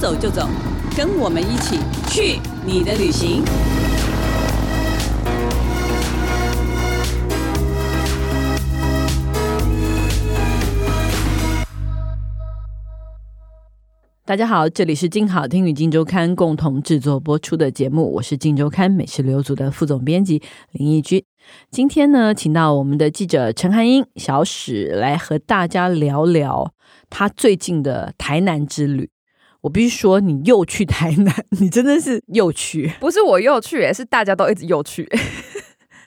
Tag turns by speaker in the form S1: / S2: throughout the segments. S1: 走就走，跟我们一起去你的旅行。
S2: 大家好，这里是静好听与静周刊共同制作播出的节目，我是静周刊美食旅游组的副总编辑林义君。今天呢，请到我们的记者陈汉英、小史来和大家聊聊他最近的台南之旅。我必须说，你又去台南，你真的是又去，
S3: 不是我又去、欸，是大家都一直又去、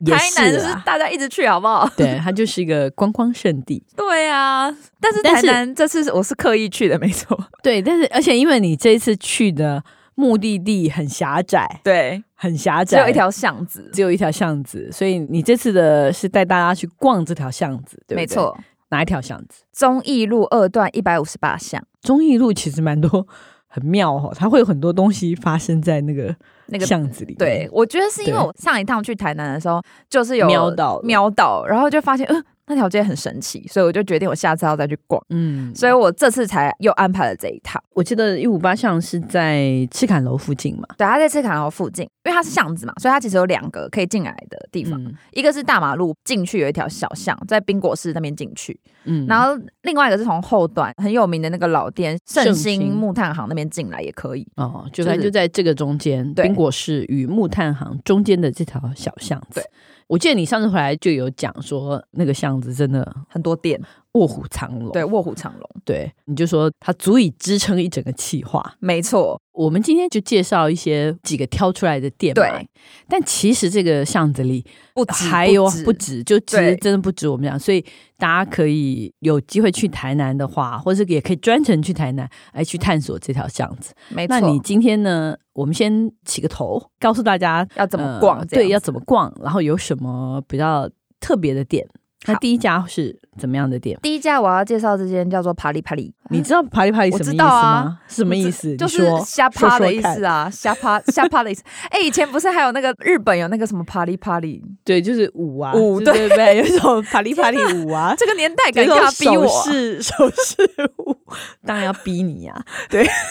S2: 也啊
S3: 台南
S2: 啦
S3: 是啊大家一直去，好 不好？
S2: 对，它就是一个观光圣地。
S3: 对啊，但是
S2: 但
S3: 台
S2: 是
S3: 南这次是我是刻意去的，没 错。
S2: 对，但是而且因为你这一次去的目的地很狭窄，
S3: 对，
S2: 很狭
S3: 只
S2: 窄，
S3: 有一条巷子，
S2: 只有一条巷子，所以你这次的是带大家去逛这条巷子，对不对
S3: 没，错，
S2: 哪一条巷子？
S3: 忠义路二段一百五十八巷
S2: 忠义路其实蛮多，很妙哦，它会有很多东西发生在那个
S3: 那个。
S2: 巷子里面。
S3: 对，我觉得是因为
S2: 嗯对
S3: 我上一趟去台南的时候，就是有
S2: 瞄到了
S3: 瞄到，然后就发现，嗯、那条街很神奇，所以我就决定我下次要再去逛，
S2: 嗯，
S3: 所以我这次才又安排了这一趟。
S2: 我记得一五八巷是在赤坎楼附近嘛，
S3: 对，它在赤坎楼附近，因为它是巷子嘛，所以它其实有两个可以进来的地方，
S2: 嗯
S3: 一个是大马路进去有一条小巷，在冰果市那边进去，
S2: 嗯
S3: 然后另外一个是从后段很有名的那个老店盛
S2: 盛
S3: 兴
S2: 兴
S3: 木炭行那边进来也可以。
S2: 哦，就
S3: 就
S2: 在
S3: 是
S2: 就在这个中间，
S3: 对
S2: 冰果市与木炭行中间的这条小巷子。
S3: 对，
S2: 我记得你上次回来就有讲说，那个巷子真的
S3: 很多店，
S2: 卧虎藏龙。
S3: 对，卧虎藏龙，
S2: 对，你就说它足以支撑一整个企划。
S3: 没错，
S2: 我们今天就介绍一些几个挑出来的店嘛，
S3: 对，
S2: 但其实这个巷子里
S3: 不止
S2: 还有不
S3: 啊不止
S2: 止，就其实
S3: 对
S2: 真的不止我们讲，所以大家可以有机会去台南的话，或是也可以专程去台南来去探索这条巷子。
S3: 没错
S2: 那，你今天呢？我们先起个头，告诉大家
S3: 要怎么逛
S2: 呃
S3: 这样
S2: 对，
S3: 子
S2: 要怎么逛，然后有什么比较特别的店。那
S3: 好
S2: 第一家是怎么样的店？
S3: 第一家我要介绍这间叫做帕里帕里，
S2: 你知道“啪里啪里”
S3: 我
S2: 什么
S3: 知
S2: 意思
S3: 道啊
S2: 吗？是什么意思？
S3: 就
S2: 你
S3: 是
S2: 说
S3: 瞎趴的意。
S2: 说
S3: 思
S2: 说看
S3: 啊，瞎趴瞎趴的意思。哎、以前不是还有那个日本有那个什么帕里帕里，
S2: 对，就是舞啊，
S3: 舞
S2: 就是对不对？ 有一种“啪 里啪里”舞啊，
S3: 这个年代
S2: 这
S3: 敢
S2: 种
S3: 要逼我
S2: 手
S3: 啊，
S2: 势 手势舞，当然要逼你 呀、啊。对，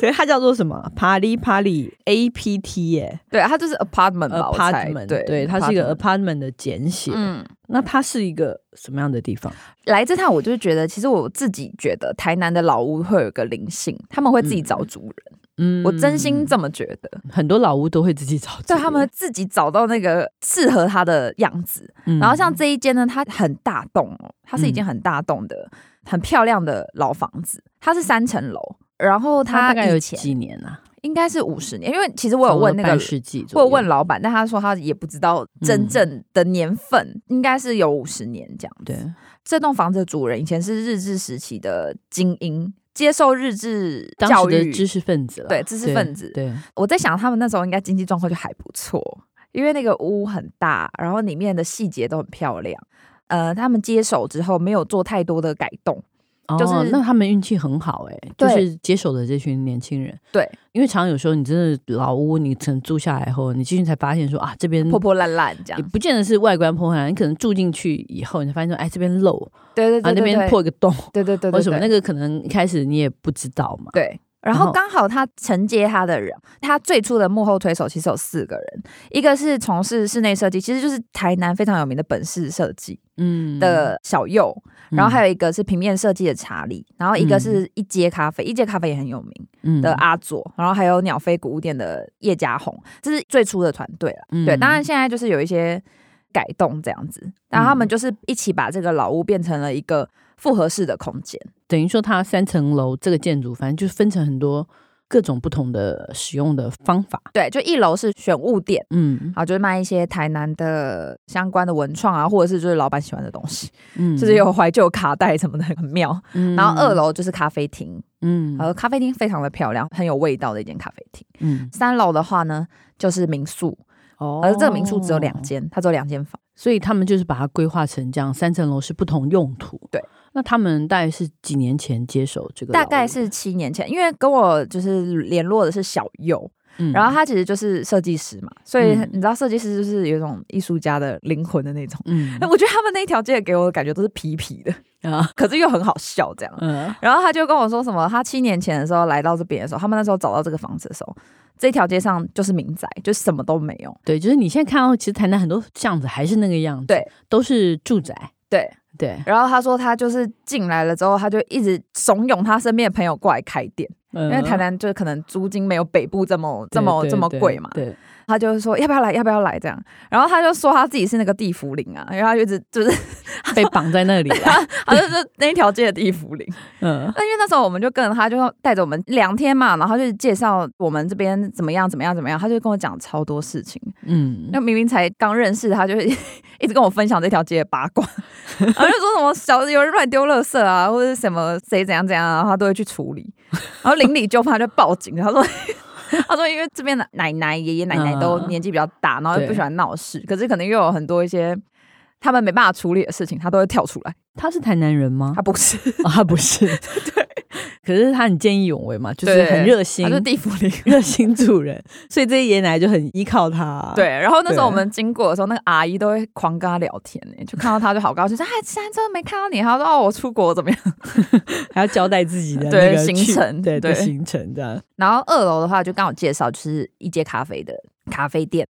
S2: 对，它叫做什么？Party Party A P T 耶呃
S3: 对，它就是 apartment 吧，我猜
S2: ，apartment，
S3: 对
S2: 对，它是一个
S3: apartment
S2: apartment 的简写。
S3: 嗯。
S2: 那它是一个什么样的地方？
S3: 来这趟，我就是觉得，其实我自己觉得台南的老屋会有一个灵性，他们会自己找主人，
S2: 嗯
S3: 我真心这么觉得。
S2: 很多老屋都会自己找主人，
S3: 对，他们会自己找到那个适合他的样子。
S2: 嗯，
S3: 然后像这一间呢，它很大栋哦，它是一间很大栋的、很漂亮的老房子，它是三层楼。然后
S2: 它
S3: 它
S2: 大概有
S3: 以前
S2: 几年啊？
S3: 应该是五十年，因为其实我有问那
S2: 差不多半
S3: 个
S2: 世纪左嗯
S3: 我
S2: 右，
S3: 有问老板，但他说他也不知道真正的年份，应该是有五十年这样子。
S2: 对，
S3: 这栋房子的主人以前是日治时期的精英，接受日治
S2: 当
S3: 教
S2: 时的
S3: 育，
S2: 知识分子了，
S3: 对知识分子。
S2: 对，
S3: 我在想，他们那时候应该经济状况就还不错，因为那个屋很大，然后里面的细节都很漂亮。呃，他们接手之后没有做太多的改动，
S2: 哦
S3: 就是
S2: 那他们运气很好哎、就
S3: 对
S2: 是接手的这群年轻人，
S3: 对，
S2: 因为常常有时候你真的老屋，你可能住下来后，你进去才发现说啊，这边
S3: 破破烂烂这
S2: 也
S3: 样。
S2: 不见得是外观破烂，你可能住进去以后，你才发现说，哎，这边漏，
S3: 对对
S2: 啊
S3: 对
S2: 那
S3: 对
S2: 边
S3: 对，
S2: 破一个洞，
S3: 对对对
S2: 为
S3: 对
S2: 什么那
S3: 对，
S2: 个可能一开始你也不知道嘛，
S3: 对。然
S2: 然
S3: 后
S2: 后
S3: 刚好他承接他的人，他最初的幕后推手其实有四个人，一个是从事室内设计，其实就是台南非常有名的本市设计
S2: 嗯
S3: 的小右，然后还有一个是平面设计的查理，然后一个
S2: 嗯
S3: 是一街咖啡，一街咖啡也很有名
S2: 有
S3: 的阿佐，然后还有鸟飞谷物店的叶家红，这是最初的团队了。
S2: 嗯
S3: 对，当然现在就是有一些改动这样子，然后他们
S2: 嗯
S3: 就是一起把这个老屋变成了一个复合式的空间。
S2: 等于说它三层楼这个建筑，反正就是分成很多各种不同的使用的方法，
S3: 对，就一楼是选物店。
S2: 嗯
S3: 啊，就是卖一些台南的相关的文创啊，或者是就是老板喜欢的东西，
S2: 嗯
S3: 就是，有怀旧卡带什么的，很妙。
S2: 嗯
S3: 然后二，楼就是咖啡厅，
S2: 嗯
S3: 呃，咖啡厅非常的漂亮，很有味道的一间咖啡厅。
S2: 嗯，
S3: 三楼的话呢，就是民宿，
S2: 哦
S3: 而这个民宿只有两间，它只有两间房。
S2: 所以他们就是把它规划成这样，三层楼是不同用途。
S3: 对，
S2: 那他们大概是几年前接手这个老屋？
S3: 大概是七年前，因为跟我就是联络的是小右，
S2: 嗯
S3: 然后他其实就是设计师嘛，所以
S2: 嗯
S3: 你知道设计师就是有一种艺术家的灵魂的那种。
S2: 嗯
S3: 那我觉得他们那一条街给我的感觉都是皮皮的，
S2: 啊
S3: 可是又很好笑这样。
S2: 嗯
S3: 然后他就跟我说什么，他七年前的时候来到这边的时候，他们那时候找到这个房子的时候，这条街上就是民宅，就什么都没有。
S2: 对，就是你现在看到，其实台南很多巷子还是那个样子，
S3: 对，
S2: 都是住宅，
S3: 对，
S2: 对，
S3: 然后他说他就是进来了之后，他就一直怂恿他身边的朋友过来开店，
S2: 因
S3: 因为台南就可能租金没有北部这么这
S2: 嗯
S3: 么
S2: 对
S3: 这么
S2: 对
S3: 贵嘛。
S2: 对，
S3: 他就是说要不要来，要不要来这样。然后他就说他自己是那个地福林啊，然后他就一直就是
S2: 被绑在那里了，
S3: 他就是那一条街的地福林。
S2: 嗯
S3: 那因为那时候我们就跟着他，就带着我们两天嘛，然后就介绍我们这边怎么样怎么样怎么样，他就跟我讲超多事情。
S2: 嗯，
S3: 那明明才刚认识他，就是 一直跟我分享这条街的八卦， 然后就说什么小有人乱丢垃圾啊，或者是什么谁怎样怎样啊，然后他都会去处理。然后邻里纠纷他就报警，他说。他说：“因为这边的奶奶、爷爷奶奶都年纪比较大，然后又不喜欢闹事，可是可能又有很多一些他们没办法处理的事情，他都会跳出来。
S2: 他是台南人 吗
S3: 他？不是，
S2: 啊，他不是， 对，可是他很见义勇为嘛，就是
S3: 对
S2: 很热心
S3: 他，是地府里
S2: 热心助人，所以这些爷爷奶奶就很依靠他，
S3: 对，，然后那时候
S2: 对
S3: 我们经过的时候，那个阿姨都会狂跟他聊天呢、就看到他就好高兴，说：“哎，现在真的没看到你。”他说：“哦，我出国怎么样
S2: 还要交代自己的那
S3: 对
S2: 个
S3: 行
S2: 去
S3: 程
S2: 对对
S3: 对
S2: 行程这样，？”
S3: 然后二楼的话，就刚好介绍就是一街咖啡的咖啡店，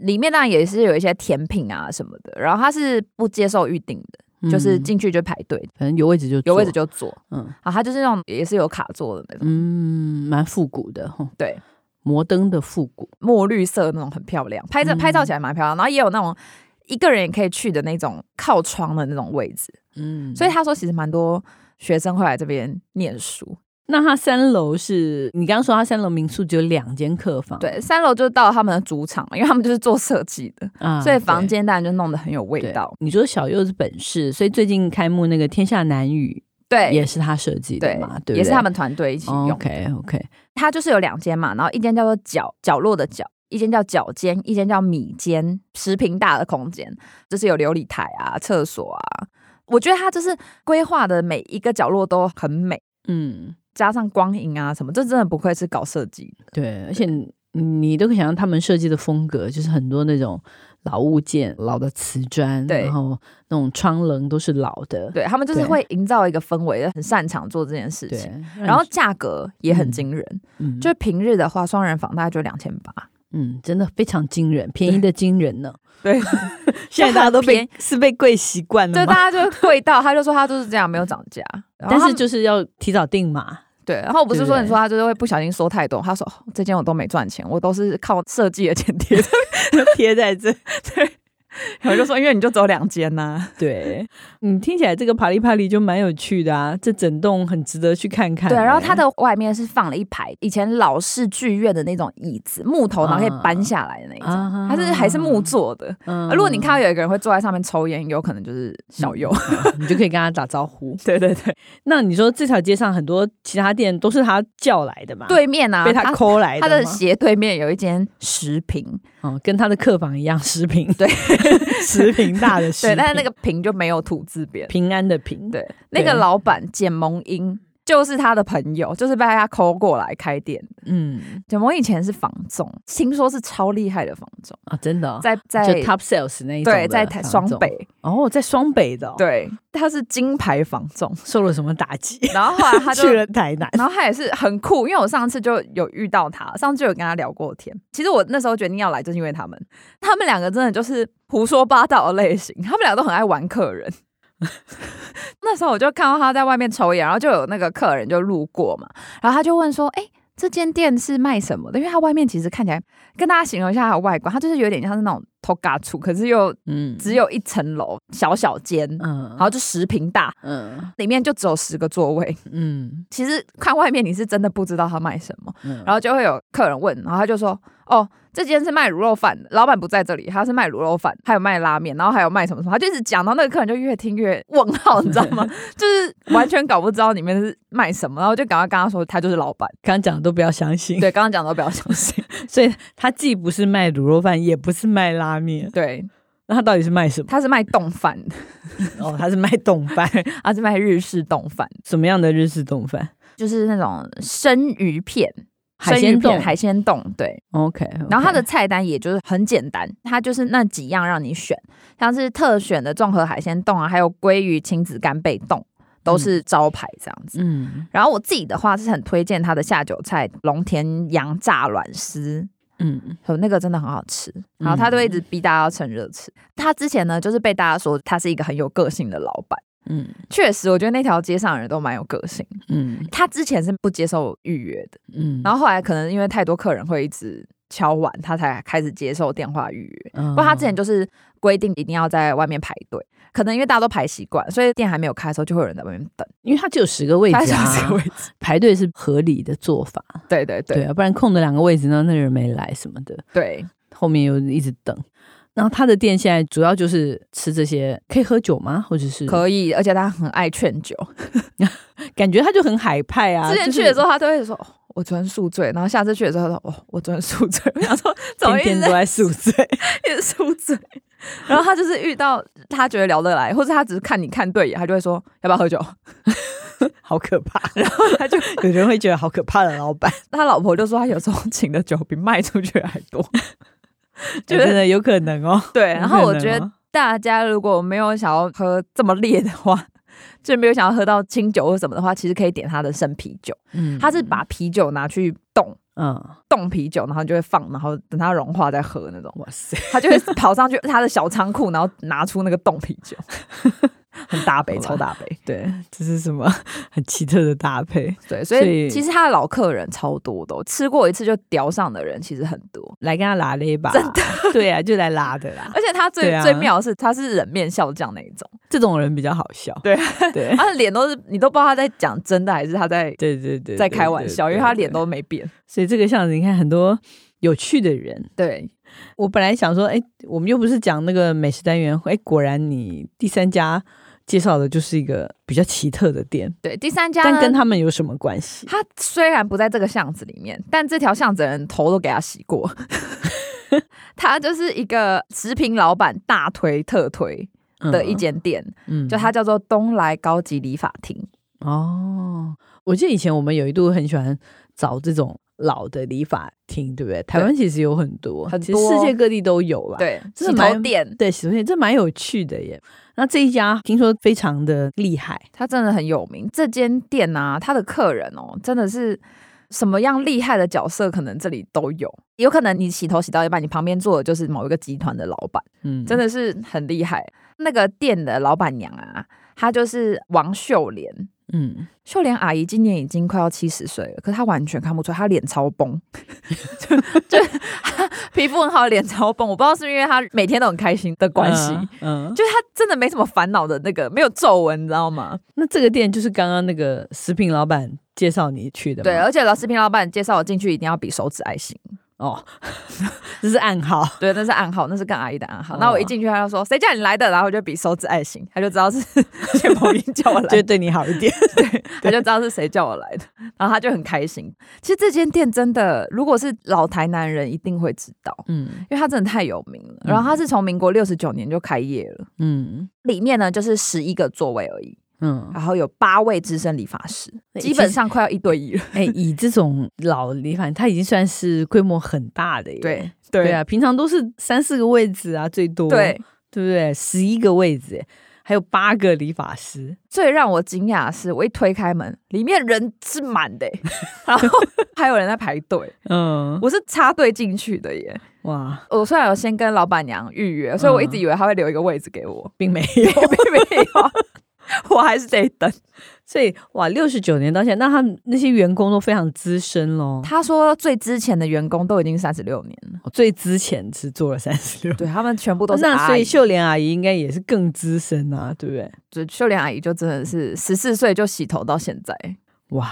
S3: 里面当然也是有一些甜品啊什么的。然后它是不接受预定的， 就是
S2: 嗯
S3: 进去就排队，
S2: 反正有位置就
S3: 有位置
S2: 坐，
S3: 就坐。
S2: 嗯
S3: 啊，它就是那种也是有卡座的那种，
S2: 嗯，蛮复古的，吼
S3: 对，
S2: 摩登的复古，
S3: 墨绿色那种很漂亮，拍照拍照
S2: 嗯
S3: 起来蛮漂亮。然后也有那种一个人也可以去的那种靠窗的那种位置。
S2: 嗯，
S3: 所以他说，其实蛮多学生会来这边念书。
S2: 那他三楼是你刚刚说他三楼民宿只有两间客房，
S3: 对，三楼就到他们的主场，因为他们就是做设计的，
S2: 啊
S3: 所以房间当然就弄得很有味
S2: 对对
S3: 道。
S2: 你说小柚子本是，所以最近开幕那个《天下男语》
S3: 对
S2: 也是他设计的
S3: 对
S2: 嘛，对不对，哦
S3: 也是他们团队一起用。
S2: OK OK，
S3: 它就是有两间嘛，然后一间叫做角角落的角。一间叫角间，一间叫米间，十平大的空间，就是有琉璃台啊、厕所啊。我觉得它就是规划的每一个角落都很美，
S2: 嗯，
S3: 加上光影啊什么，这真的不愧是搞设计的。
S2: 对，而且你都可以想象他们设计的风格，就是很多那种老物件、老的瓷砖，
S3: 对
S2: 然后那种窗棱都是老的，
S3: 对他们就是
S2: 对
S3: 会营造一个氛围，很擅长做这件事
S2: 对
S3: 情。，
S2: 让
S3: 然后
S2: 你
S3: 价格也很惊人，
S2: 嗯
S3: 就是平日的话，双人房大概就两千八，
S2: 嗯，真的非常惊人，便宜的惊人 呢。
S3: 对，
S2: 现在大家都
S3: 便
S2: 被
S3: 宜
S2: 是被贵习惯了
S3: 就
S2: 吗？
S3: 大家就贵到，他就说他就是这样没有涨价，然 后
S2: 但
S3: 他
S2: 是就是要提早订嘛，
S3: 对，然后我不是
S2: 对
S3: 说
S2: 对
S3: 你说他就是会不小心说太多，他说、哦这间我都没赚钱，我都是靠设计的钱 贴的，
S2: 贴在这。
S3: 我就说因为你就只有两间呐、
S2: 对，你听起来这个帕里帕里就蛮有趣的啊，这整栋很值得去看看欸、
S3: 对，然后它的外面是放了一排以前老式剧院的那种椅子，木头，然后可以搬下来的那一种，
S2: 啊
S3: 它是还是木做的。
S2: 嗯，
S3: 如果你看到有一个人会坐在上面抽烟，有可能就是小优。
S2: 你就可以跟他打招呼。
S3: 对对对，
S2: 那你说这条街上很多其他店都是他叫来的嘛？，
S3: 对面啊，
S2: 被他
S3: 它
S2: 抠来
S3: 它
S2: 的
S3: 的
S2: 吗
S3: 斜对面有一间食 品，
S2: 哦，跟他的客房一样，食品
S3: 对
S2: 食品大的食
S3: 对，
S2: 品，
S3: 但是那个品就没有土字边。
S2: 平安的平，
S3: 对，那个老板简蒙英就是他的朋友，就是被他抠过来开店的。
S2: 嗯
S3: 简蒙以前是房总，听说是超厉害的房总，
S2: 啊，真的哦、
S3: 在在
S2: 就 Top Sales 那一种
S3: 对
S2: 的
S3: 在台
S2: 房
S3: 双
S2: 总
S3: 北，
S2: 哦，在双北的、哦，，
S3: 对，他是金牌房总。
S2: 受了什么打击？
S3: 然后后来他就
S2: 哦 去。了台南，
S3: 然后他也是很酷，因为我上次就有遇到他，上次就有跟他聊过天。其实我那时候决定要来，就是因为他们，他们两个真的就是胡说八道的类型，他们俩都很爱玩客人。 那时候我就看到他在外面抽烟，然后就有那个客人就路过嘛，然后他就问说：“哎、这间店是卖什么的？”因为它外面其实看起来，跟大家形容一下它的外观，它就是有点像是那种 toga 处，可是又
S2: 嗯，
S3: 只有一层楼，小小间，
S2: 嗯，
S3: 然后就十平大，
S2: 嗯
S3: 里面就只有十个座位。
S2: 嗯，
S3: 其实看外面你是真的不知道他卖什么，
S2: 然
S3: 然后就会有客人问，然后他就说：“哦，这间是卖卤肉饭的，老板不在这里，他是卖卤肉饭，还有卖拉面，然后还有卖什么什么。”他就一直讲，到那个客人就越听越问号，你知道 吗？就是完全搞不知道里面是卖什么，然后就赶快跟他说他就是老板。
S2: 刚刚讲的都不要相信，
S3: 对，刚刚讲都不要相信。
S2: 所以他既不是卖卤肉饭，也不是卖拉面，
S3: 对，
S2: 那他到底是卖什么？
S3: 他是卖冻饭的，
S2: 哦，他是卖冻饭，
S3: 他是卖日式冻饭，
S2: 什么样的日式冻饭？
S3: 就是那种生鱼片。
S2: 海
S3: 生鱼
S2: 鲜
S3: 片
S2: 冻
S3: 海鲜冻，对。
S2: OK，
S3: 然后它的菜单也就是很简单，它就是那几样让你选，像是特选的综合海鲜冻啊，还有鲑鱼亲子干贝冻，都是招牌这样子。
S2: 嗯
S3: 然后我自己的话是很推荐它的下酒菜龙田羊炸卵丝，
S2: 嗯
S3: 有那个真的很好吃。然后他都一直逼大家要趁热吃。他之前呢，就是被大家说他是一个很有个性的老板，
S2: 嗯
S3: 确实，我觉得那条街上的人都蛮有个性。
S2: 嗯
S3: 他之前是不接受预约的，
S2: 嗯，
S3: 然后后来可能因为太多客人会一直敲碗，他才开始接受电话预约。
S2: 不
S3: 不过他之前就是规定一定要在外面排队，可能因为大家都排习惯，所以店还没有开的时候就会有人在外面等，
S2: 因为它只有十个位置
S3: 排到这
S2: 啊
S3: 个，位置。
S2: 排队是合理的做法，
S3: 对对
S2: 对
S3: 对
S2: 啊，不然空的两个位置呢，那人没来什么的，
S3: 对，
S2: 后面又一直等。然后他的店现在主要就是吃这些，可以喝酒吗？或者是
S3: 可以，而且他很爱劝酒。
S2: 感觉他就很海派啊。
S3: 之前
S2: 就是
S3: 去的时候，他都会说。哦我昨天宿醉，然后下次去的时候，他说：“哦，我昨天宿醉。”我 想说，怎么一
S2: 天
S3: 直
S2: 天
S3: 在
S2: 都在宿醉，
S3: 也宿醉。然后他就是遇到他觉得聊得来，或者他只是看你看对眼，他就会说要不要喝酒。
S2: 好可怕。然后他就有人会觉得好可怕的老板，
S3: 他老婆就说他有时候请的酒比卖出去还 多。
S2: 觉得
S3: 觉得
S2: 真的有可能哦。
S3: 对，然后
S2: 有
S3: 我
S2: 可
S3: 觉
S2: 能
S3: 得
S2: 哦
S3: 大家如果没有想要喝这么烈的话，就没有想要喝到清酒或什么的话，其实可以点他的生啤酒。
S2: 嗯
S3: 他是把啤酒拿去冻
S2: 嗯，
S3: 冻啤酒，然后就会放，然后等它融化再喝那 种。
S2: 哇塞，
S3: 他就会跑上去他的小仓库，然后拿出那个冻啤 酒，很大杯，
S2: 好吧
S3: 超大杯。
S2: 对，这是什么 很奇特的搭配？
S3: 对，所
S2: 所
S3: 以
S2: 以
S3: 其实他的老客人超多的哦、吃过一次就屌上的人其实很多。
S2: 来跟他拉了一把，真的，对啊，就来拉的 啦。
S3: 而且他最、
S2: 对啊
S3: 最妙的是，他是人面笑匠那一种，
S2: 这种人比较好笑，
S3: 对
S2: 对
S3: 他的脸都是你都不知道他在讲真的还是他在
S2: 对对对，
S3: 在开玩笑，
S2: 对
S3: 因为他脸，都没变。
S2: 对对所以这个巷子你看很多有趣的人。
S3: 对，
S2: 我本来想说，哎，我们又不是讲那个美食单元，哎，果然你第三家介绍的就是一个比较奇特的店，
S3: 对，第三家
S2: 但跟
S3: 呢，
S2: 他们有什么关系？
S3: 他虽然不在这个巷子里面，但这条巷子的人头都给他洗过。 他就是一个食品老板大推特推的一间店，
S2: 嗯，嗯
S3: 就它叫做东来高级理发厅。
S2: 哦，我记得以前我们有一度很喜欢找这种老的理发厅，对不对？台湾其实有很多，
S3: 很
S2: 其实世
S3: 多
S2: 界各地都有吧。
S3: 对，
S2: 这
S3: 洗头
S2: 蛮
S3: 店，
S2: 对，洗头店这蛮有趣的耶。那这一家听说非常的厉害，
S3: 它真的很有名。这间店啊，它的客人哦，真的是什么样厉害的角色，可能这里都有。有可能你洗头洗到一半，你旁边坐的就是某一个集团的老板，
S2: 嗯，
S3: 真
S2: 的，
S3: 的是很厉害。那个店的老板娘啊，她就是王秀莲。
S2: 嗯，
S3: 秀莲阿姨今年已经快要七十岁了，可她完全看不出来，她脸超崩， 就就 她皮肤很好，脸超崩。我不知道是不是因为她每天都很开心的关系，
S2: 嗯，嗯，
S3: 就是她真的没什么烦恼的那个，没有皱纹，你知道吗？
S2: 那这个店就是刚刚那个食品老板介绍你去的，
S3: 对，，啊而且老视频老板介绍我进去一定要比手指爱心，
S2: 哦， 这是暗 号，
S3: 对，那是暗号，那是跟阿姨的暗号。
S2: 哦
S3: 那、我一进去，他就说谁叫你来的，然后我就比手指爱心，他就知道是 谢鹏英叫我来
S2: 就
S3: 的，
S2: 对你好一 点，
S3: 他就知道是谁叫我来的，然后他就很开心。其实这间店真的，如果是老台南人一定会知道，
S2: 嗯
S3: 因为它真的太有名了。然后它是从民国六十九年就开业了，
S2: 嗯
S3: 里面呢就是十一个座位而已，
S2: 嗯，
S3: 然后有八位资深理发师，
S2: 那
S3: 基本上快要一对一了。
S2: 哎，以这种老理发，它已经算是规模很大的耶，
S3: 对
S2: 对啊，平常都是三四个位置啊，最多，
S3: 对，
S2: 对不对？十一个位置耶，还有八个理发师，
S3: 最让我惊讶的是，我一推开门，里面人是满的欸、然后还有人在排队，
S2: 嗯，
S3: 我是插队进去的耶。
S2: 哇，
S3: 我虽然有先跟老板娘预约，所以我
S2: 嗯
S3: 一直以为她会留一个位置 给我，
S2: 并没有，
S3: 并没有，我还是得等。
S2: 所以哇，六十九年到现在，那他们那些员工都非常资深喽。
S3: 他说最之前的员工都已经三十六年了，
S2: 最之前是做了三十六，
S3: 对他们全部都是
S2: 哦那
S3: 阿
S2: 所
S3: 姨
S2: 以。秀莲阿姨应该也是更资深啊，对不对？
S3: 就秀莲阿姨就真的是十四岁就洗头到现在，
S2: 哇，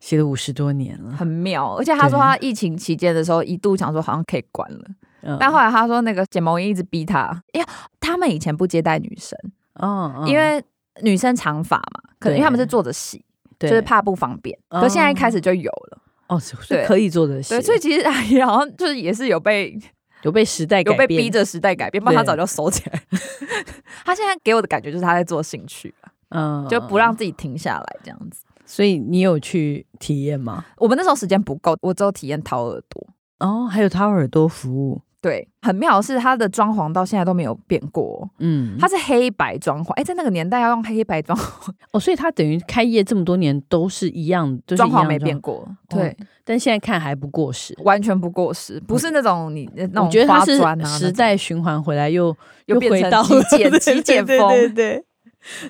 S2: 写了五十多年了，
S3: 很妙。而且她说
S2: 对
S3: 她疫情期间的时候一度想说好像可以关了，
S2: 嗯
S3: 但后来她说那个简萌一直逼她，因为他们以前不接待女生。
S2: 哦，嗯
S3: 因为女生长发嘛，可能因为他们是坐着洗，就
S2: 对
S3: 是怕不方便。
S2: 哦
S3: 可现在开始就有了，
S2: 哦，是是
S3: 对
S2: 可以做的事，
S3: 对，所以其实 阿姨好像就是也是有被
S2: 有被时代
S3: 有
S2: 改
S3: 被
S2: 变
S3: 逼着时代改变，不然
S2: 对
S3: 她早就收起来。 她现在给我的感觉就是她在做兴趣，
S2: 嗯
S3: 就不让自己停下来这样子。
S2: 所以你有去体验吗？
S3: 我们那时候时间不够，我只有体验掏耳朵。
S2: 哦，还有掏耳朵服务，
S3: 对，很妙的是它的装潢到现在都没有变过哦，
S2: 嗯，
S3: 它是黑白装潢。哎、在那个年代要用黑白装
S2: 哦，所以它等于开业这么多年都是一样，就是哦
S3: 装
S2: 一样
S3: 潢没变
S2: 潢，
S3: 过，对，
S2: 但现在看还不过时。
S3: 完全不过时，不是那种你那种
S2: 我觉得它
S3: 花
S2: 是
S3: 砖啊，
S2: 时代循环回来又
S3: 又变
S2: 回
S3: 成
S2: 到
S3: 极简
S2: 对
S3: 极
S2: 对
S3: 简
S2: 对
S3: 风
S2: 对对 对
S3: 对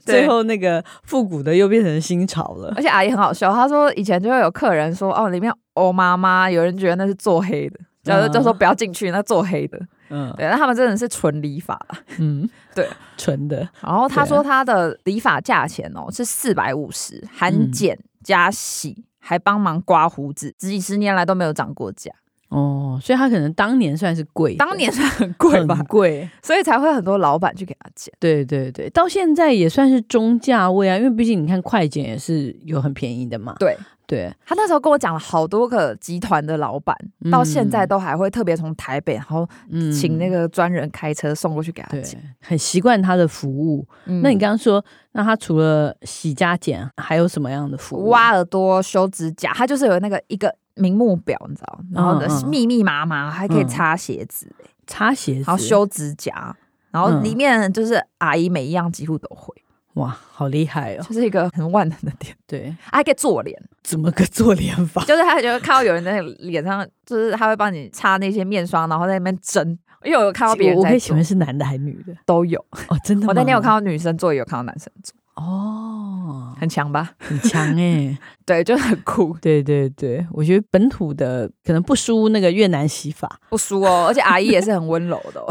S2: 最后那个复古的又变成新潮了。
S3: 而且阿姨很好笑，她说以前就会有客人说哦，里面欧妈妈，有人觉得那是做黑的，就
S2: 嗯
S3: 就说不要进去，那做黑的。
S2: 嗯
S3: 对，那他们真的是纯理发啦。
S2: 嗯，
S3: 对，
S2: 纯的
S3: 然后
S2: 对
S3: 她
S2: 啊
S3: 说她的理发价钱哦是四百五十，含
S2: 嗯
S3: 剪加洗，还帮忙刮胡子，几十年来都没有涨过价。
S2: 哦，所以它可能当年算是贵的，
S3: 当年算很贵吧
S2: 很，贵，
S3: 所以才会很多老板去给他剪。
S2: 对对对，到现在也算是中价位啊，因为毕竟你看快剪也是有很便宜的嘛。
S3: 对
S2: 对，
S3: 他那时候跟我讲了好多个集团的老板，到现在
S2: 嗯
S3: 都还会特别从台北，然后
S2: 嗯
S3: 请那个专人开车送过去给他
S2: 对
S3: 剪。，
S2: 很习惯它的服务。
S3: 嗯
S2: 那你刚刚说，那它除了洗加剪，还有什么样的服务？
S3: 挖耳朵、修指甲，它就是有那个一个名目表，你知道，然后呢
S2: 嗯嗯
S3: 密密麻麻，还可以
S2: 嗯
S3: 擦鞋子，
S2: 擦鞋子，
S3: 然后修指甲，然后
S2: 嗯
S3: 里面就是阿姨每一样几乎都会，
S2: 哇，好厉害 哦！
S3: 就是一个很万能的 店，
S2: 对，
S3: 还可以做脸，
S2: 怎么个做脸法？
S3: 就是他就会看到有人在脸上，就是他会帮你擦那些面霜，然后在那边蒸。因为我有看到别人
S2: 我我可
S3: 在
S2: 以请
S3: 做
S2: 问，是男的还是女的？
S3: 都有。
S2: 哦，真的吗？
S3: 我那天有看到女生做，也有看到男生做，
S2: 哦，
S3: 很强吧？
S2: 很强哎、
S3: 对，就很酷，
S2: 对对对，我觉得本土的可能不输那个越南洗法。
S3: 不输哦。而且阿姨也是很温柔的、哦。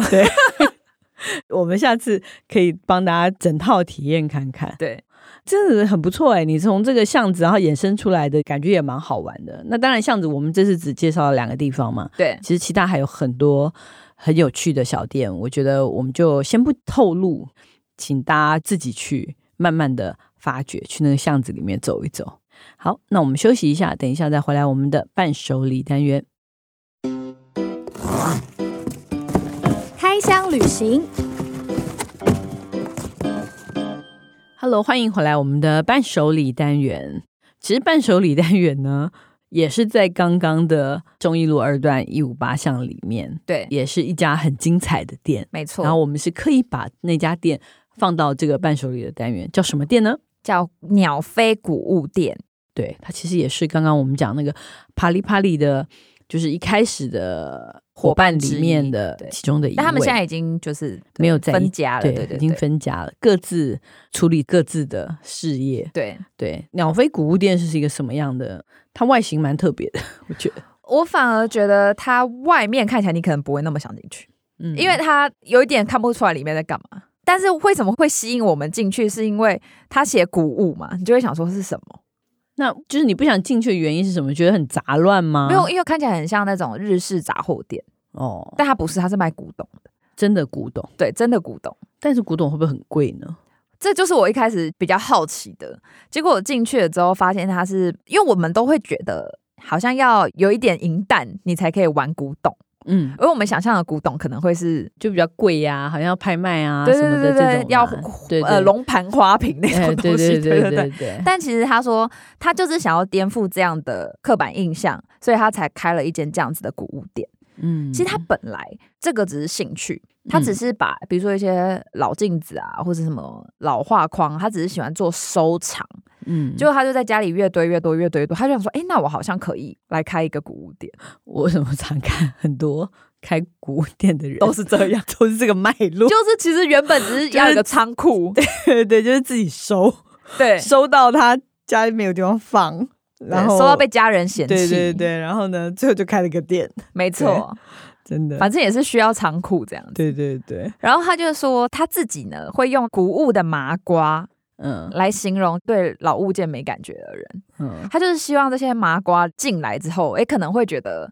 S2: 我们下次可以帮大家整套体验看看，
S3: 对，
S2: 真的很不错哎、你从这个巷子然后衍生出来的感觉也蛮好玩的。那当然，巷子我们这次只介绍了两个地方嘛，
S3: 对，
S2: 其实其他还有很多很有趣的小店，我觉得我们就先不透露，请大家自己去慢慢的发掘，去那个巷子里面走一走。好，那我们休息一下，等一下再回来我们的伴手礼单元。
S4: 开箱旅行，
S2: Hello，欢迎回来我们的伴手礼单元。其实伴手礼单元呢，也是在刚刚的中一路二段一五八巷里面，
S3: 对，
S2: 也是一家很精彩的店。
S3: 没错。
S2: 然后我们是刻意把那家店放到这个伴手礼的单元，叫什么店呢？
S3: 叫鸟飞古物店，
S2: 对，它其实也是刚刚我们讲那个啪里啪里的，就是一开始的伙伴里面的
S3: 伙伴之一对
S2: 其中的一位。
S3: 但他们现在已经就是
S2: 没有在一
S3: 分家了，
S2: 对
S3: 对对对，
S2: 已经分家了，各自处理各自的事业。
S3: 对。
S2: 对，鸟飞古物店是一个什么样的？它外形蛮特别的，我觉得，
S3: 我反而觉得它外面看起来你可能不会那么想进去，
S2: 嗯
S3: 因为它有一点看不出来里面在干嘛。但是为什么会吸引我们进去？是因为它写古物嘛，你就会想说是什么？
S2: 那就是你不想进去的原因是什么？觉得很杂乱吗？
S3: 没有，因为看起来很像那种日式杂货店，
S2: 哦，
S3: 但它不是，它是卖古董的，
S2: 真的古董，
S3: 对，真的古董。
S2: 但是古董会不会很贵呢？
S3: 这就是我一开始比较好奇的。结果我进去了之后，发现它是因为我们都会觉得好像要有一点银弹，你才可以玩古董，
S2: 嗯，
S3: 而我们想象的古董可能会是
S2: 就比较贵呀、好像要拍卖啊
S3: 对
S2: 什么的
S3: 对
S2: 这种
S3: 对
S2: 啊、
S3: 对，要
S2: 对
S3: 呃
S2: 对
S3: 龙盘花瓶那
S2: 哎
S3: 种
S2: 对
S3: 东西，
S2: 对对
S3: 对对对。
S2: 对。
S3: 但其实他说，他就是想要颠覆这样的刻板印象，所以他才开了一间这样子的古物店。
S2: 嗯，
S3: 其实他本来这个只是兴趣，他只是把比如说一些老镜子啊，或者什么老画框，他只是喜欢做收藏。
S2: 嗯，
S3: 结果他就在家里越堆越多越堆越多，他就想说，哎、那我好像可以来开一个古物店，
S2: 我怎么常看很多开古物店的人
S3: 都是这样。
S2: 都是这个脉络，
S3: 就是其实原本只是要有一个仓 库，
S2: 对对，就是自己收
S3: 对，
S2: 收到他家里没有地方放，然后
S3: 收到被家人嫌弃，
S2: 对对，对，然后呢，最后就开了个店，
S3: 没错，
S2: 真的，
S3: 反正也是需要仓库这样子。
S2: 对对对，
S3: 然后他就说他自己呢会用古物的麻瓜
S2: 嗯
S3: 来形容对老物件没感觉的人，
S2: 嗯
S3: 他就是希望这些麻瓜进来之后，哎诶，可能会觉得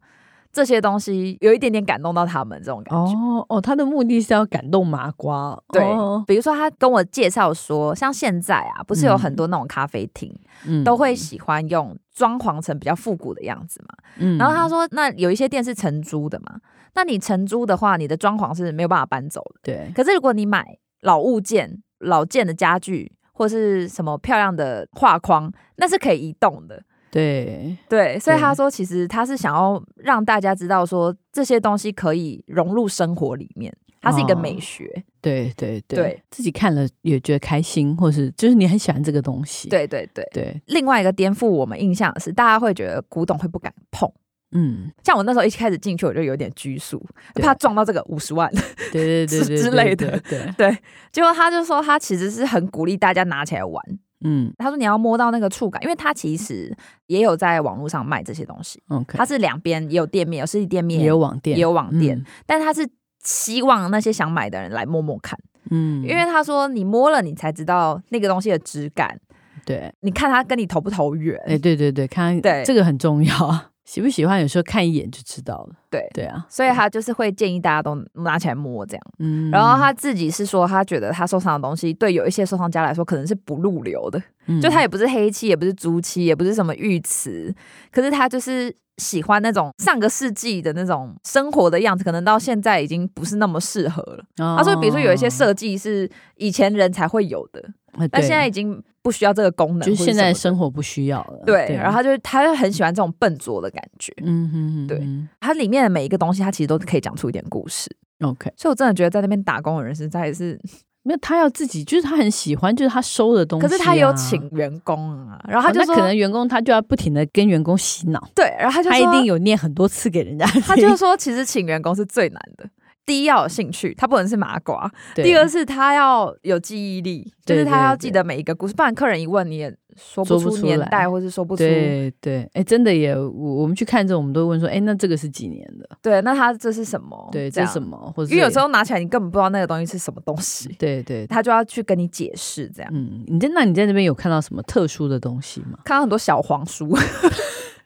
S3: 这些东西有一点点感动到他们这种感觉。
S2: 哦哦，他的目的是要感动麻瓜，
S3: 对，
S2: 哦
S3: 比如说他跟我介绍说，像现在啊，不是有
S2: 嗯
S3: 很多那种咖啡厅、
S2: 嗯
S3: 都会喜欢用装潢成比较复古的样子嘛。
S2: 嗯
S3: 然后他说，那有一些店是承租的嘛，那你承租的话，你的装潢是没有办法搬走的。
S2: 对，
S3: 可是如果你买老物件、老件的家具。或是什么漂亮的画框，那是可以移动的。
S2: 对，
S3: 对，所以
S2: 对
S3: 他说，其实他是想要让大家知道说这些东西可以融入生活里面，它是一个
S2: 哦
S3: 美学。
S2: 对对对
S3: 对
S2: 自己看了也觉得开心，或是就是你很喜欢这个东西。
S3: 对对对。
S2: 对，
S3: 另外一个颠覆我们印象的是，大家会觉得古董会不敢碰。
S2: 嗯，
S3: 像我那时候一开始进去，我就有点拘束，
S2: 对
S3: 怕撞到这个五十万。
S2: 对对对
S3: 之
S2: 对
S3: 之
S2: 对
S3: 类
S2: 对
S3: 的
S2: 对，
S3: 对，结果他就说他其实是很鼓励大家拿起来玩。
S2: 嗯
S3: 他说你要摸到那个触感，因为他其实也有在网络上卖这些东西，
S2: ，OK，
S3: 他是两边也有店面，有实体店面，
S2: 也有网店，
S3: 也有网店，
S2: 嗯
S3: 但他是希望那些想买的人来摸摸看，
S2: 嗯，
S3: 因为他说你摸了你才知道那个东西的质感，
S2: 对，
S3: 你看它跟你投不投缘。
S2: 哎，对对对，看
S3: 对
S2: 这个很重要啊，喜不喜欢有时候看一眼就知道了。
S3: 对
S2: 对啊，
S3: 所以他就是会建议大家都拿起来摸这样，
S2: 嗯，
S3: 然后他自己是说，他觉得他收藏的东西对有一些收藏家来说可能是不入流的，
S2: 嗯
S3: 就他也不是黑漆，也不是朱漆，也不是什么玉瓷，可是他就是喜欢那种上个世纪的那种生活的样子，可能到现在已经不是那么适合了。
S2: 哦
S3: 他说，比如说有一些
S2: 设，
S3: 设计是以前人才会有的，
S2: 呃对
S3: 但现在已经不需要这个功能，
S2: 就是现在
S3: 生
S2: 生活不需要了。
S3: 对，然后他就他就很喜欢这种笨拙的感觉，
S2: 嗯哼嗯哼，
S3: 对它里面的每一个东西，它其实都可以讲出一点故事。
S2: ，OK，
S3: 所以我真的觉得在那边打工的人实在是，
S2: 没有他要自己，就是他很喜欢，就是他收的东西
S3: 可
S2: 啊、
S3: 是他有请员工啊，然后他
S2: 哦
S3: 就
S2: 那
S3: 说、
S2: 可能员工他就要不停的跟员工洗脑，
S3: 对，然后他就
S2: 他一定
S3: 有，
S2: 有念很多次给 人家听。
S3: 他就说其实请员工是最难的。第一要有兴趣，他不能是麻瓜；
S2: 对
S3: 第二是他要有记忆力，就
S2: 对
S3: 是他要记
S2: 对对
S3: 得每一个故事，不然客人一问你也说
S2: 说
S3: 不
S2: 不
S3: 出
S2: 出
S3: 年
S2: 来
S3: 代，或是说不出
S2: 对对，哎，真的耶！我我们去看这，我们都会问说，哎，那这个是几年的？
S3: 对那他哦这是什么？
S2: 对，这是什
S3: 么？
S2: 么？或者
S3: 因为有时
S2: 候，
S3: 候拿起来你根本不知道那个东西是什么东西，
S2: 对对，
S3: 他就要去跟你解释这样。
S2: 嗯，你在那你在那边有看到什么特殊的东西 吗？
S3: 看到很多小黄书，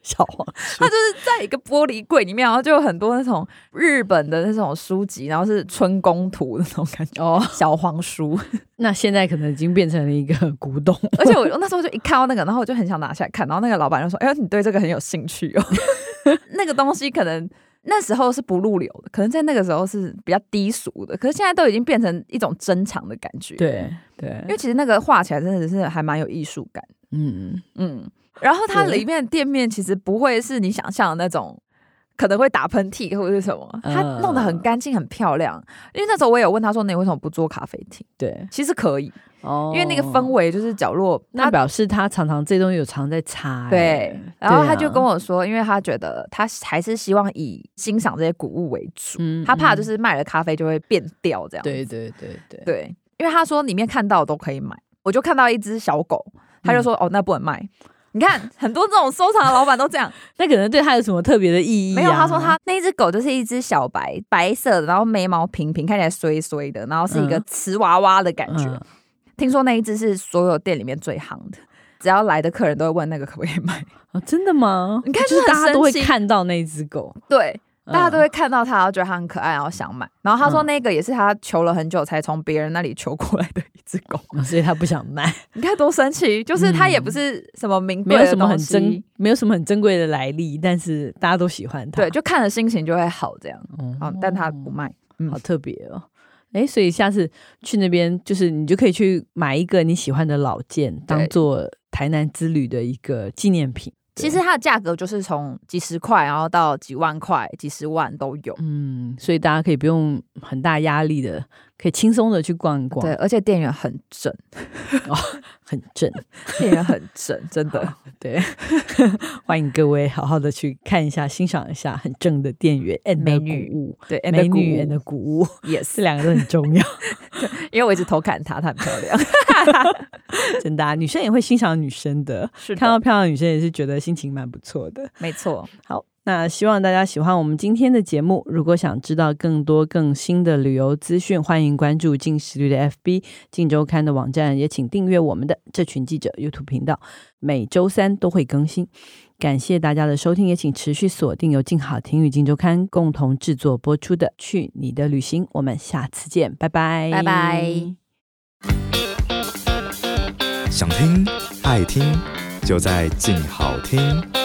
S2: 小黄，
S3: 它就是在一个玻璃柜里面，然后就有很多那种日本的那种书籍，然后是春宫图那种感觉哦，小黄书。
S2: 那现在可能已经变成了一个 古董。
S3: 而且我那时候就一看到那个，然后我就很想拿起来看，然后那个老板就说：“哎呦，你对这个很有兴趣哦。” 那个东西可能那时候是不入流的，可能在那个时候是比较低俗的，可是现在都已经变成一种珍藏的感觉。，
S2: 对对
S3: 因，为其实那个画起来真的是还蛮有艺术感，
S2: 嗯，
S3: 嗯。然后它
S2: 对
S3: 里面的店面其实不会是你想象的那种，可能会打喷嚏或者是什么，它
S2: 嗯
S3: 弄得很干净、很漂亮。因为那时候我也有问他说：“那你为什么不做咖啡厅
S2: 对？”，
S3: 其实可以，
S2: 哦
S3: 因为那个氛围就是角落，
S2: 那
S3: 它
S2: 表示他常常这东西有常在擦、
S3: 对
S2: 欸。
S3: 然后他
S2: 对啊
S3: 就跟我说，因为他觉得他还是希望以欣赏这些古物为主，
S2: 嗯
S3: 他怕
S2: 嗯
S3: 就是卖了咖啡就会变掉这样子。
S2: 对对对对
S3: 对，因为他说里面看到的都可以买，我就看到一只小狗，
S2: 嗯
S3: 他就说、哦那不能卖。你看，很多这种收藏的老板都 这样。
S2: 那可能对他有什么特别的意义、啊
S3: 没有，他说他那一只狗就是一只小白白色的，然后眉毛平平，看起来衰衰的，然后是一个
S2: 嗯
S3: 瓷娃娃的感觉。
S2: 嗯
S3: 听说那一只是所有店里面最夯的，只要来的客人都会问那个可不可以买。
S2: 哦真的吗？
S3: 你看
S2: 就
S3: 就是很
S2: 大家
S3: 神
S2: 都会
S3: 奇
S2: 看到那只狗，
S3: 对，
S2: 嗯
S3: 大家都会看到它，然后觉得它很可爱，然后想买。然后他说
S2: 嗯
S3: 那个也是他求了很久才从别人那里求过来的一只 狗，
S2: 哦所以他不想卖，
S3: 你看多神奇！就是它
S2: 嗯
S3: 也不是什么名
S2: 没
S3: 贵
S2: 有
S3: 的
S2: 什么很
S3: 东西
S2: 珍，，没有什么很珍贵的来历，但是大家都喜欢它。
S3: 对，就看了心情就会好这样。
S2: 嗯
S3: 好，但它不卖。嗯
S2: 好特别哦。哎，所以下次去那边，就是你就可以去买一个你喜欢的老件，当做台南之旅的一个纪念品。
S3: 其实它的价格就是从几十块，然后到几万块、几十万都有。
S2: 嗯，所以大家可以不用很大压力的，可以轻松的去逛一逛，
S3: 对，，而且店员很正，
S2: 很正。
S3: 店员很正，真的。
S2: 对， 欢迎各位好好的去看一下、欣赏一下很正的店员 and
S3: 美
S2: 的
S3: 女
S2: 古物，
S3: 对，and
S2: 美
S3: the 鼓
S2: 女 and 古物，这
S3: yes，
S2: 两个都很重要。
S3: 因为我一直偷看她，她很漂亮。
S2: 真的、啊，女生也会欣赏女生的，
S3: 是
S2: 看到漂亮的女生也是觉得心情蛮不错的。
S3: 没错，
S2: 好，那希望大家喜欢我们今天的节目。如果想知道更多更新的旅游资讯，欢迎关注近时旅的 FB、近周刊的网站，也请订阅我们的这群记者 YouTube 频道，每周三都会更新。感谢大家的收听，也请持续锁定由静好听与静周刊共同制作播出的《去你的旅行》，我们下次见，拜拜，
S3: 拜拜。
S5: 想听爱听，就在静好听。